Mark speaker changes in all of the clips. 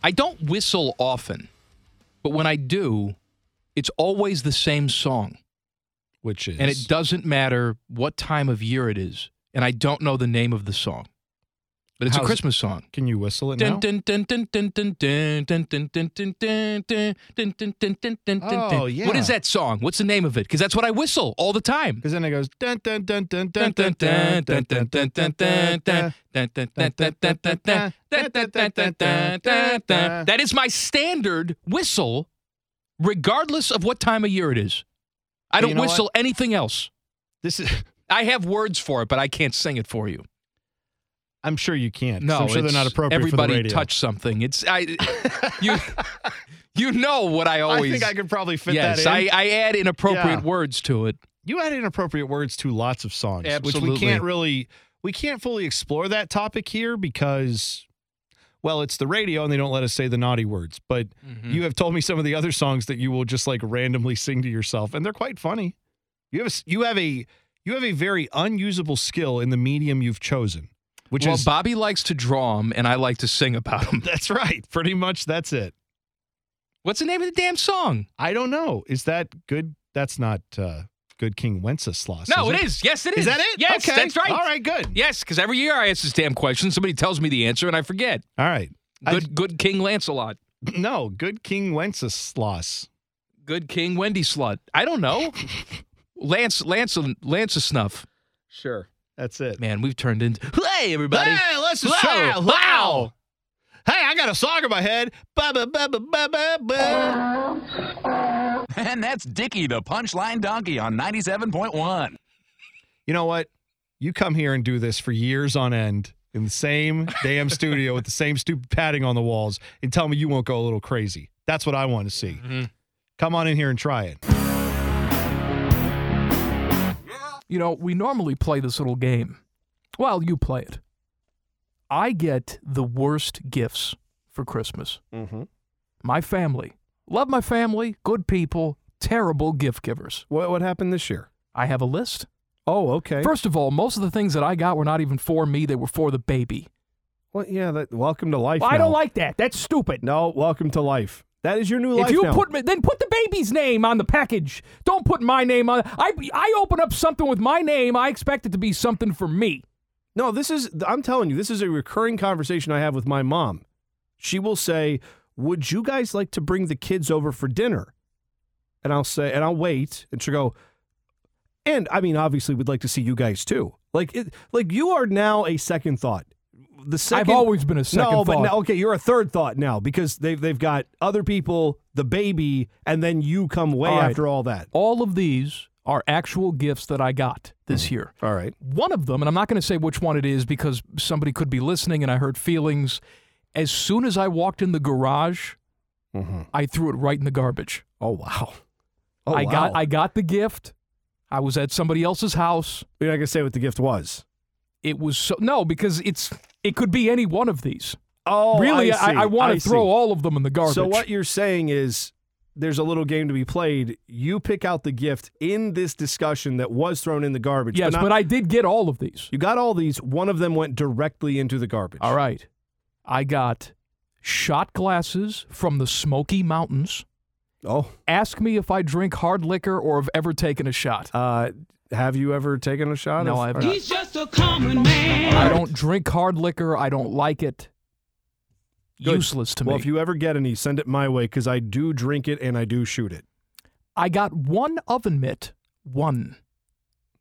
Speaker 1: I don't whistle often, but when I do, it's always the same song.
Speaker 2: Which is
Speaker 1: And it doesn't matter what time of year it is. And I don't know the name of the song, but it's a
Speaker 2: How's-
Speaker 1: Christmas song.
Speaker 2: Can you whistle it now?
Speaker 1: Dun, dun, dun, dun, dun, dun, dun, dun, dun, dun, dun, dun, dun, dun, dun, dun, dun, dun, dun,
Speaker 2: Oh,
Speaker 1: dun. What is
Speaker 2: yeah.
Speaker 1: that song? What's the name of it? Because that's what I whistle all the time.
Speaker 2: Because then it goes dun dun dun dun
Speaker 1: Dun,
Speaker 2: dun
Speaker 1: dun, dun, dun, dun, dun, dun, dun, dun, dun, dun, dun, dun, dun, dun, dun, dun, dun, dun, dun, dun, dun, dun. That is my standard whistle, regardless of what time of year it is. I
Speaker 2: Hey,
Speaker 1: don't
Speaker 2: you know what?
Speaker 1: whistle anything else.
Speaker 2: This is.
Speaker 1: I have words for it, but I can't sing it for you.
Speaker 2: I'm sure you can't. 'cause
Speaker 1: No,
Speaker 2: I'm sure they're
Speaker 1: it's-
Speaker 2: not appropriate for the
Speaker 1: everybody
Speaker 2: radio.
Speaker 1: touch something. It's I. you, you know what I always.
Speaker 2: I think I could probably fit
Speaker 1: yes,
Speaker 2: that in.
Speaker 1: I, I add inappropriate
Speaker 2: Yeah.
Speaker 1: words to it.
Speaker 2: you add inappropriate words to lots of songs, which
Speaker 1: Absolutely.
Speaker 2: we can't really we can't fully explore that topic here because well, it's the radio and they don't let us say the naughty words. But
Speaker 1: Mm.
Speaker 2: you have told me some of the other songs that you will just like randomly sing to yourself and they're quite funny. You have a, s- you have a you have a very unusable skill in the medium you've chosen, which
Speaker 1: well,
Speaker 2: is
Speaker 1: Bobby likes to draw them, and I like to sing about them.
Speaker 2: that's right. Pretty much that's it.
Speaker 1: What's the name of the damn song?
Speaker 2: I don't know. Is that good? That's not uh, good King Wenceslas.
Speaker 1: No,
Speaker 2: is
Speaker 1: it is. Yes, it is.
Speaker 2: Is that it?
Speaker 1: Yes,
Speaker 2: Okay.
Speaker 1: that's right.
Speaker 2: All right, good.
Speaker 1: Yes, because every year I ask this damn question, somebody tells me the answer, and I forget.
Speaker 2: All right. I-
Speaker 1: Good, good King Lancelot.
Speaker 2: No, good King Wenceslas.
Speaker 1: Good King Wendy slut. I don't know. Lance, Lance, Lance a snuff.
Speaker 2: Sure. That's it.
Speaker 1: Man, we've turned into. Hey, everybody.
Speaker 2: Hey, let's
Speaker 1: Wow,
Speaker 2: just try.
Speaker 1: wow.
Speaker 2: Wow. Hey, I got a song in my head. Ba ba ba ba ba ba ba.
Speaker 3: And that's Dicky the Punchline Donkey on 97.1.
Speaker 2: You know what? You come here and do this for years on end in the same damn studio with the same stupid padding on the walls and tell me you won't go a little crazy. That's what I want to see. Come on in here and try it.
Speaker 4: You know, we normally play this little game. Well, you play it. I get the worst gifts for Christmas.
Speaker 2: Mm-hmm.
Speaker 4: My family. Love my family, good people, terrible gift givers.
Speaker 5: What what happened this year?
Speaker 4: I have a list.
Speaker 5: Oh, okay.
Speaker 4: First of all, most of the things that I got were not even for me, they were for the baby.
Speaker 5: well, yeah. That, welcome to life.
Speaker 4: Well, I don't
Speaker 5: now.
Speaker 4: like that. That's stupid.
Speaker 5: No, welcome to life. That is your new life.
Speaker 4: If you
Speaker 5: now.
Speaker 4: put me, then put the baby's name on the package. Don't put my name on. I I open up something with my name. I expect it to be something for me.
Speaker 5: no, this is. I'm telling you, this is a recurring conversation I have with my mom. She will say, "Would you guys like to bring the kids over for dinner?" And I'll say, and I'll wait, and she'll go. And I mean, obviously, we'd like to see you guys too. Like, it, like you are now a second thought. The second,
Speaker 4: always been a second
Speaker 5: no, but
Speaker 4: thought.
Speaker 5: now, okay, you're a third thought now because they've they've got other people, the baby, and then you come way
Speaker 4: All right.
Speaker 5: after all that.
Speaker 4: All of these are actual gifts that I got this year.
Speaker 5: All right.
Speaker 4: One of them, and I'm not going to say which one it is because somebody could be listening and I hurt feelings. As soon as I walked in the garage,
Speaker 5: Mm-hmm.
Speaker 4: I threw it right in the garbage.
Speaker 5: Oh wow. Oh,
Speaker 4: I got
Speaker 5: wow.
Speaker 4: I got the gift. I was at somebody else's house.
Speaker 5: You're not gonna say what the gift was.
Speaker 4: It was so no because it's it could be any one of these.
Speaker 5: Oh,
Speaker 4: really,
Speaker 5: I,
Speaker 4: I, I, want to throw
Speaker 5: see.
Speaker 4: all of them in the garbage.
Speaker 5: So what you're saying is there's a little game to be played. You pick out the gift in this discussion that was thrown in the garbage.
Speaker 4: Yes,
Speaker 5: not-
Speaker 4: but I did get all of these.
Speaker 5: you got all these. One of them went directly into the garbage.
Speaker 4: All right. I got shot glasses from the Smoky Mountains.
Speaker 5: Oh,
Speaker 4: Ask me if I drink hard liquor or have ever taken a shot.
Speaker 5: uh, have you ever taken a shot?
Speaker 4: No,
Speaker 5: of-
Speaker 4: I have
Speaker 5: or
Speaker 4: not.
Speaker 6: He's just a common man.
Speaker 4: I don't drink hard liquor. I don't like it.
Speaker 5: Good.
Speaker 4: Useless to
Speaker 5: well,
Speaker 4: me.
Speaker 5: if you ever get any, send it my way because I do drink it and I do shoot it.
Speaker 4: I got one oven mitt. One.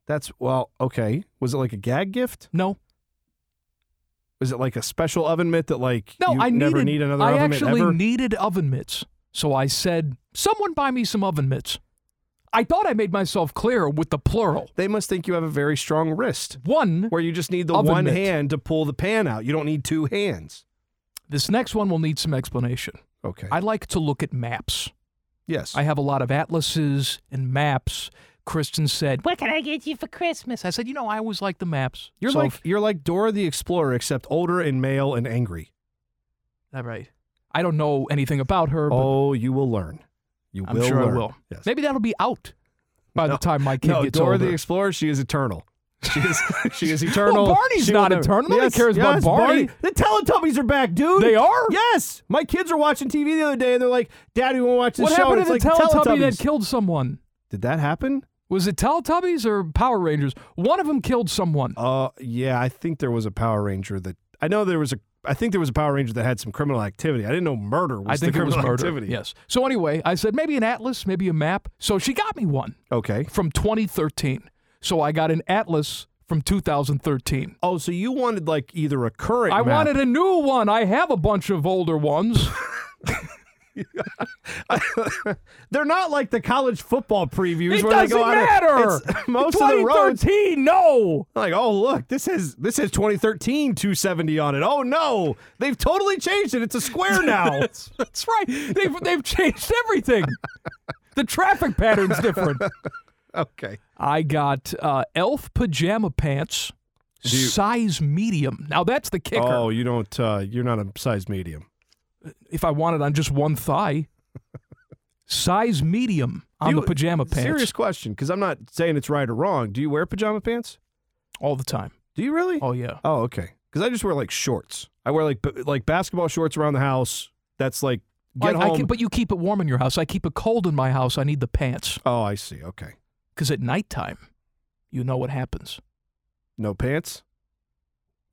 Speaker 5: That's well, okay. Was it like a gag gift?
Speaker 4: No.
Speaker 5: Was it like a special oven mitt that like
Speaker 4: No,
Speaker 5: you
Speaker 4: I needed,
Speaker 5: never need another
Speaker 4: I
Speaker 5: oven mitt
Speaker 4: actually
Speaker 5: ever?
Speaker 4: needed oven mitts. So I said, someone buy me some oven mitts. I thought I made myself clear with the plural.
Speaker 5: they must think you have a very strong wrist
Speaker 4: One
Speaker 5: where you just need the
Speaker 4: Oven
Speaker 5: one
Speaker 4: mitt.
Speaker 5: hand to pull the pan out. You don't need two hands.
Speaker 4: This next one will need some explanation.
Speaker 5: Okay.
Speaker 4: I like to look at maps.
Speaker 5: yes.
Speaker 4: I have a lot of atlases and maps. Kristen said, "What can I get you for Christmas?" I said, "You know, I always like the maps."
Speaker 5: you're
Speaker 4: So
Speaker 5: like
Speaker 4: if-
Speaker 5: you're like Dora the Explorer, except older and male and angry.
Speaker 4: all right. I don't know anything about her, but
Speaker 5: Oh, you will learn. You
Speaker 4: I'm
Speaker 5: will
Speaker 4: sure
Speaker 5: learn.
Speaker 4: I will.
Speaker 5: Yes.
Speaker 4: Maybe that'll be out by
Speaker 5: No.
Speaker 4: the time my kid
Speaker 5: no,
Speaker 4: gets
Speaker 5: Dora
Speaker 4: older.
Speaker 5: the Explorer, she is eternal. She is she is eternal.
Speaker 4: Well, Barney's
Speaker 5: She will
Speaker 4: not
Speaker 5: never-
Speaker 4: eternal. Nobody
Speaker 5: Yes,
Speaker 4: cares about
Speaker 5: yes,
Speaker 4: Barney.
Speaker 5: The Teletubbies are back, dude.
Speaker 4: They are?
Speaker 5: Yes. My kids are watching TV the other day and they're like, Daddy, we want to watch this
Speaker 4: What
Speaker 5: show.
Speaker 4: happened
Speaker 5: It's
Speaker 4: to the
Speaker 5: like
Speaker 4: Teletubby that
Speaker 5: Teletubbies.
Speaker 4: killed someone?
Speaker 5: Did that happen?
Speaker 4: Was it Teletubbies or Power Rangers? One of them killed someone.
Speaker 5: Uh, yeah, I think there was a Power Ranger that I know there was a. I think there was a Power Ranger that had some criminal activity. I didn't know murder was
Speaker 4: I think
Speaker 5: the
Speaker 4: it was
Speaker 5: criminal
Speaker 4: murder.
Speaker 5: activity.
Speaker 4: Yes. So anyway, I said maybe an atlas, maybe a map. So she got me one
Speaker 5: Okay.
Speaker 4: from 2013. So I got an atlas from 2013.
Speaker 5: Oh, so you wanted like either a current.
Speaker 4: I
Speaker 5: map.
Speaker 4: wanted a new one. I have a bunch of older ones.
Speaker 5: They're not like the college football previews
Speaker 4: it
Speaker 5: where they
Speaker 4: doesn't
Speaker 5: go out.
Speaker 4: matter.
Speaker 5: Of, it's, most of the roads.
Speaker 4: 2013. no.
Speaker 5: Like, oh look, this has this has 2013 270 on it. Oh no, they've totally changed it. It's a square now.
Speaker 4: That's right. They've they've changed everything. the traffic pattern's different.
Speaker 5: okay.
Speaker 4: I got uh, elf pajama pants, size medium. Now that's the kicker.
Speaker 5: Oh, you don't. Uh, you're not a size medium.
Speaker 4: If I want it on just one thigh, size medium on
Speaker 5: You-
Speaker 4: the pajama pants
Speaker 5: Serious question, because I'm not saying it's right or wrong. Do you wear pajama pants?
Speaker 4: all the time.
Speaker 5: Do you really?
Speaker 4: Oh yeah.
Speaker 5: Oh, okay. Because I just wear like shorts. I wear like b- like basketball shorts around the house. That's like get
Speaker 4: I- I
Speaker 5: home.
Speaker 4: keep- but you keep it warm in your house. I keep it cold in my house. I need the pants
Speaker 5: oh, I see. Okay,
Speaker 4: because at nighttime, you know what happens.
Speaker 5: no pants.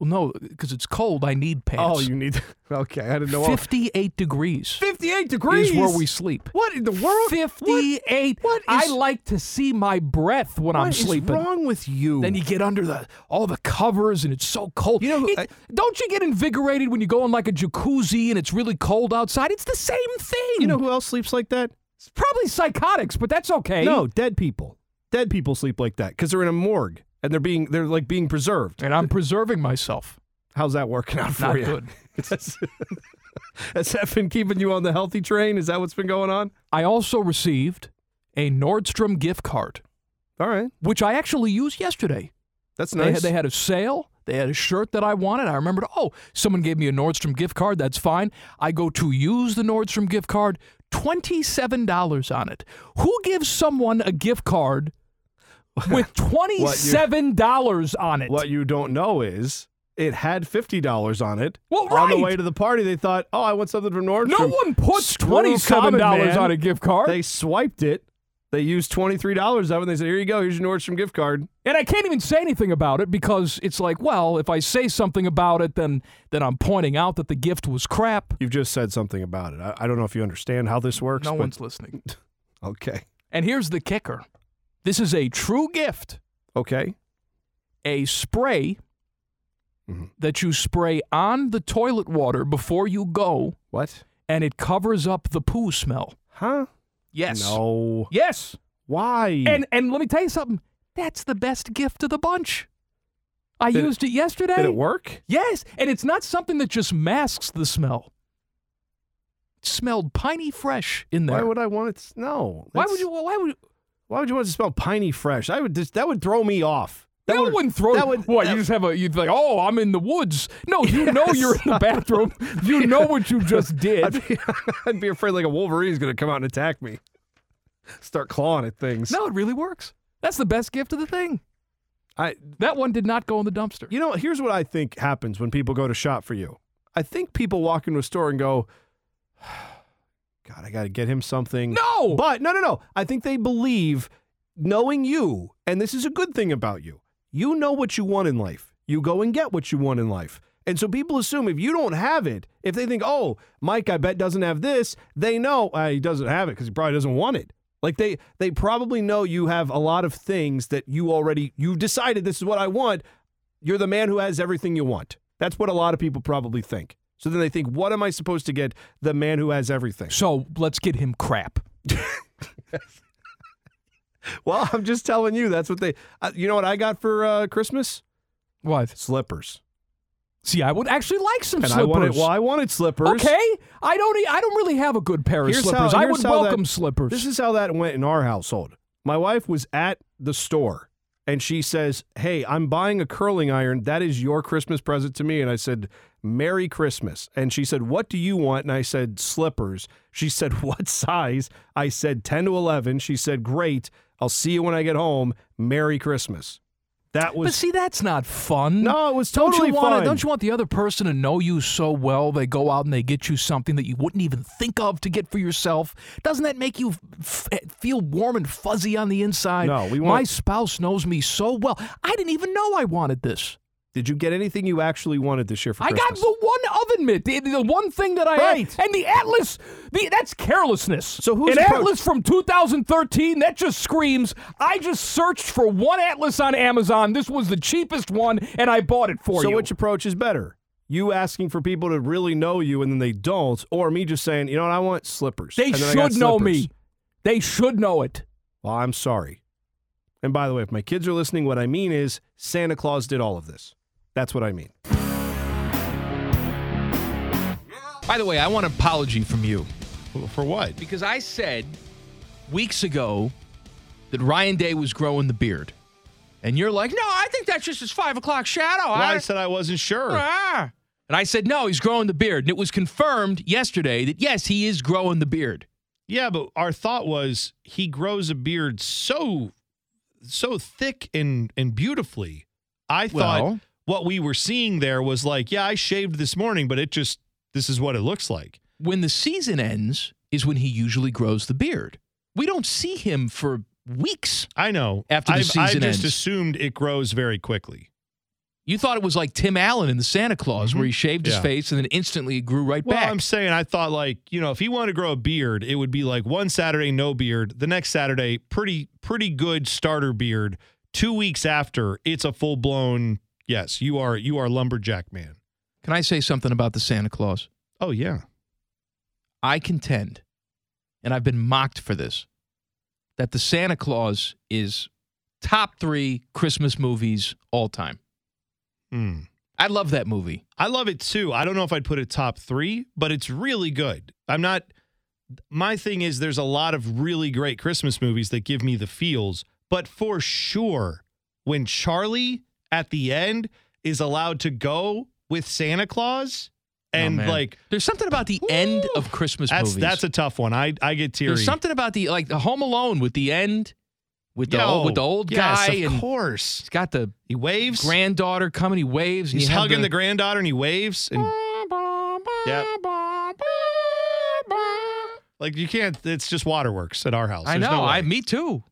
Speaker 4: Well, no, because it's cold. I need pants.
Speaker 5: Oh, you need. okay, I didn't know.
Speaker 4: fifty-eight degrees
Speaker 5: Fifty-eight degrees
Speaker 4: is where we sleep.
Speaker 5: What in the world? What,
Speaker 4: 58.
Speaker 5: what is-
Speaker 4: I like to see my breath when
Speaker 5: what
Speaker 4: I'm
Speaker 5: is
Speaker 4: sleeping.
Speaker 5: wrong with you?
Speaker 4: Then you get under the all the covers and it's so cold.
Speaker 5: You know who-
Speaker 4: It-
Speaker 5: I-
Speaker 4: don't you get invigorated when you go in like a jacuzzi and it's really cold outside? It's the same thing.
Speaker 5: You know who else sleeps like that?
Speaker 4: it's probably psychotics, but that's okay.
Speaker 5: No, dead people. Dead people sleep like that because they're in a morgue and they're being they're like being preserved.
Speaker 4: and I'm preserving myself.
Speaker 5: How's that working out for
Speaker 4: Not
Speaker 5: you?
Speaker 4: good.
Speaker 5: Has has that been keeping you on the healthy train? Is that what's been going on?
Speaker 4: I also received a Nordstrom gift card,
Speaker 5: All right,
Speaker 4: which I actually used yesterday.
Speaker 5: that's
Speaker 4: They
Speaker 5: nice.
Speaker 4: had, they had a sale. They had a shirt that I wanted. I remembered, oh, someone gave me a Nordstrom gift card. That's fine. I go to use the Nordstrom gift card, $27 on it. Who gives someone a gift card with $27 on it?
Speaker 5: What you don't know is it had fifty dollars on it.
Speaker 4: Well,
Speaker 5: on the
Speaker 4: right.
Speaker 5: way to the party, they thought, "Oh, I want something from Nordstrom."
Speaker 4: no one puts
Speaker 5: Screw
Speaker 4: $27
Speaker 5: Common Man.
Speaker 4: on a gift card.
Speaker 5: They swiped it. They used twenty three dollars of it. And they said, "Here you go. Here's your Nordstrom gift card."
Speaker 4: and I can't even say anything about it because it's like, well, if I say something about it, then, then I'm pointing out that the gift was crap.
Speaker 5: You've just said something about it. I, I don't know if you understand how this works.
Speaker 4: No
Speaker 5: but-
Speaker 4: one's listening.
Speaker 5: okay.
Speaker 4: And here's the kicker this is a true gift.
Speaker 5: Okay.
Speaker 4: a spray
Speaker 5: Mhm.
Speaker 4: that you spray on the toilet water before you go,
Speaker 5: What?
Speaker 4: and it covers up the poo smell.
Speaker 5: Huh?
Speaker 4: Yes.
Speaker 5: No. Mm.
Speaker 4: Yes.
Speaker 5: Why?
Speaker 4: And and let me tell you something. That's the best gift of the bunch. I
Speaker 5: Did it-
Speaker 4: used it, yesterday.
Speaker 5: did it work?
Speaker 4: Yes, and it's not something that just masks the smell. It smelled piney fresh in there.
Speaker 5: Why would I want it? To, no.
Speaker 4: Why
Speaker 5: That's-
Speaker 4: would you? Why would you?
Speaker 5: Why would you want it to smell piney fresh? I would. Just, that would throw me off. That
Speaker 4: That
Speaker 5: would,
Speaker 4: wouldn't throw.
Speaker 5: that would-
Speaker 4: what
Speaker 5: that-
Speaker 4: you just have a. You'd be like, oh, I'm in the woods. No, you know
Speaker 5: Yes.
Speaker 4: you're in the bathroom. You know what you just did.
Speaker 5: I'd be, I'd be afraid like a Wolverine's going to come out and attack me. Start clawing at things.
Speaker 4: No, it really works. That's the best gift of the thing.
Speaker 5: I
Speaker 4: That one did not go in the dumpster.
Speaker 5: you know, here's what I think happens when people go to shop for you. I think people walk into a store and go, God, I got to get him something.
Speaker 4: No!
Speaker 5: But no, no, no. I think they believe knowing you, and this is a good thing about you, you know what you want in life. You go and get what you want in life. And so people assume if you don't have it, if they think, oh, Mike, I bet doesn't have this, they know uh, he doesn't have it because he probably doesn't want it. Like they they probably know you have a lot of things that you already you've decided this is what I want. You're the man who has everything you want. That's what a lot of people probably think. So then they think, what am I supposed to get the man who has everything?
Speaker 4: So let's get him crap.
Speaker 5: Well, I'm just telling you, that's what they. Uh, you know what I got for uh, Christmas?
Speaker 4: What?
Speaker 5: Slippers.
Speaker 7: See, I would actually like some
Speaker 8: And I
Speaker 7: slippers.
Speaker 8: wanted, well, I wanted slippers.
Speaker 7: Okay, I don't. e- I don't really have a good pair of
Speaker 8: Here's
Speaker 7: slippers.
Speaker 8: how-
Speaker 7: I
Speaker 8: here's
Speaker 7: would
Speaker 8: how that-
Speaker 7: welcome slippers.
Speaker 8: This is how that went in our household. My wife was at the store and she says, Hey, I'm buying a curling iron. That is your Christmas present to me. And I said, Merry Christmas. And she said, What do you want? And I said, Slippers. She said, What size? I said, 10 to 11. She said, Great. I'll see you when I get home. Merry Christmas. That
Speaker 7: but
Speaker 8: was.
Speaker 7: see, that's not fun.
Speaker 8: no, it was
Speaker 7: Don't
Speaker 8: totally
Speaker 7: you want
Speaker 8: fun.
Speaker 7: Don't you want the other person to know you so well they go out and they get you something that you wouldn't even think of to get for yourself? Doesn't that make you f- f- feel warm and fuzzy on the inside?
Speaker 8: No, we
Speaker 7: My
Speaker 8: want-
Speaker 7: spouse knows me so well. I didn't even know I wanted this.
Speaker 8: Did you get anything you actually wanted this year for
Speaker 7: I
Speaker 8: Christmas?
Speaker 7: got the one oven mitt, the, the one thing that I had.
Speaker 8: Right.
Speaker 7: and the Atlas. The, that's carelessness.
Speaker 8: So who's
Speaker 7: an
Speaker 8: approach-
Speaker 7: Atlas from 2013? That just screams. I just searched for one Atlas on Amazon. This was the cheapest one, and I bought it for
Speaker 8: so
Speaker 7: you.
Speaker 8: which approach is better? You asking for people to really know you and then they don't, or me just saying, you know what, I want slippers.
Speaker 7: They
Speaker 8: and then I got
Speaker 7: should know
Speaker 8: slippers.
Speaker 7: me. They should know it.
Speaker 8: Well, I'm sorry. And by the way, if my kids are listening, what I mean is Santa Claus did all of this. That's what I mean.
Speaker 4: By the way, I want an apology from you
Speaker 5: For what?
Speaker 4: because I said weeks ago that Ryan Day was growing the beard, and you're like, "No, I think that's just his five o'clock shadow."
Speaker 5: Well, I
Speaker 4: I-
Speaker 5: said I wasn't sure.
Speaker 4: Ah. And I said, no, he's growing the beard. And it was confirmed yesterday that, yes, he is growing the beard.
Speaker 5: Yeah, but our thought was he grows a beard so so thick and and beautifully. I thought
Speaker 4: Well-
Speaker 5: what we were seeing there was like, yeah, I shaved this morning, but it just this is what it looks like.
Speaker 4: When the season ends is when he usually grows the beard. We don't see him for weeks.
Speaker 5: I know.
Speaker 4: After the
Speaker 5: I've,
Speaker 4: season
Speaker 5: I've just
Speaker 4: ends.
Speaker 5: assumed it grows very quickly.
Speaker 4: You thought it was like Tim Allen in the Santa Claus, where he shaved his
Speaker 5: Mm-hmm. Yeah.
Speaker 4: face and then instantly it grew right
Speaker 5: Well,
Speaker 4: back.
Speaker 5: I'm saying I thought like, you know, if he wanted to grow a beard, it would be like one Saturday no beard, the next Saturday pretty pretty good starter beard. 2 weeks after, it's a full-blown yes, you are you are lumberjack man.
Speaker 4: Can I say something about the Santa Claus?
Speaker 5: Oh yeah.
Speaker 4: I contend, and I've been mocked for this, that the Santa Claus is top three Christmas movies all time.
Speaker 5: Hmm.
Speaker 4: I love that movie.
Speaker 5: I love it too. I don't know if I'd put it top three, but it's really good. I'm not. My thing is, there's a lot of really great Christmas movies that give me the feels, but for sure, when Charlie at the end is allowed to go with Santa Claus, and
Speaker 4: Oh, man.
Speaker 5: like
Speaker 4: There's something about the end of Christmas
Speaker 5: that's
Speaker 4: movies.
Speaker 5: that's a tough one. I I get teary.
Speaker 4: There's something about the like the Home Alone with the end with the
Speaker 5: Yo,
Speaker 4: old, with the old
Speaker 5: yes,
Speaker 4: guy
Speaker 5: of
Speaker 4: and
Speaker 5: course,
Speaker 4: he's got the
Speaker 5: he waves.
Speaker 4: granddaughter coming. He Mm. waves. And
Speaker 5: he's
Speaker 4: you have
Speaker 5: hugging the, granddaughter and he waves and. Yep. Like you can't. It's just waterworks at our house.
Speaker 4: I
Speaker 5: There's
Speaker 4: know.
Speaker 5: no way.
Speaker 4: I me too.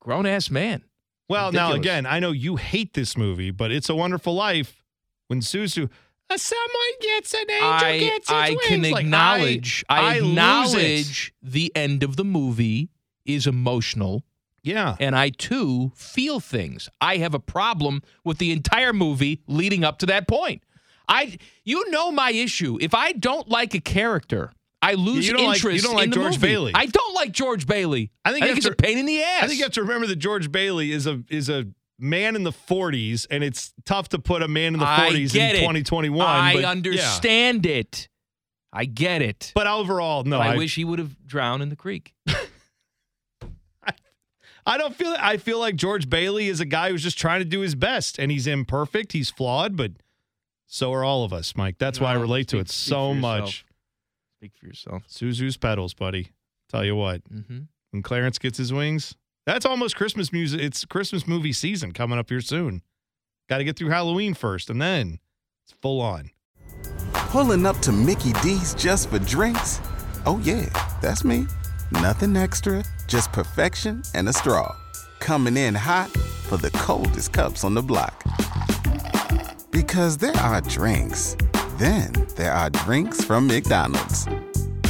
Speaker 4: Grown ass man.
Speaker 5: Well, now
Speaker 4: Ridiculous.
Speaker 5: again, I know you hate this movie, but It's a Wonderful Life when Susu. "Uh, Someone gets an angel
Speaker 4: I
Speaker 5: gets its
Speaker 4: I can
Speaker 5: wings." Like,
Speaker 4: acknowledge. I,
Speaker 5: I lose it.
Speaker 4: acknowledge the end of the movie is emotional,
Speaker 5: yeah,
Speaker 4: and I too feel things. I have a problem with the entire movie leading up to that point. I, you know, my issue. If I don't like a character, I lose
Speaker 5: You don't like-
Speaker 4: interest.
Speaker 5: you don't like
Speaker 4: in the
Speaker 5: George
Speaker 4: movie.
Speaker 5: Bailey.
Speaker 4: I don't like George Bailey.
Speaker 5: I think you have
Speaker 4: it's
Speaker 5: to-
Speaker 4: a pain in the ass.
Speaker 5: I think you have to remember that George Bailey is a is a man in the 40s, and it's tough to put a man in the
Speaker 4: I
Speaker 5: 40s in
Speaker 4: get it.
Speaker 5: 2021.
Speaker 4: I
Speaker 5: but, yeah.
Speaker 4: understand it. I get it.
Speaker 5: But overall, no,
Speaker 4: I,
Speaker 5: I,
Speaker 4: wish he would have drowned in the creek.
Speaker 5: I don't feel. I feel like George Bailey is a guy who's just trying to do his best, and he's imperfect, he's flawed, but so are all of us, Mike. That's why I
Speaker 4: No,
Speaker 5: relate to
Speaker 4: speak-
Speaker 5: it
Speaker 4: speak
Speaker 5: so
Speaker 4: for yourself.
Speaker 5: much.
Speaker 4: Speak for yourself.
Speaker 5: Suzu's pedals, buddy. Tell you what,
Speaker 4: hmm
Speaker 5: when Clarence gets his wings, that's almost Christmas music. It's Christmas movie season coming up here soon. Got to get through Halloween first, and then it's full on.
Speaker 9: Pulling up to Mickey D's just for drinks? Oh, yeah, that's me. Nothing extra, just perfection and a straw. Coming in hot for the coldest cups on the block. Because there are drinks, then there are drinks from McDonald's.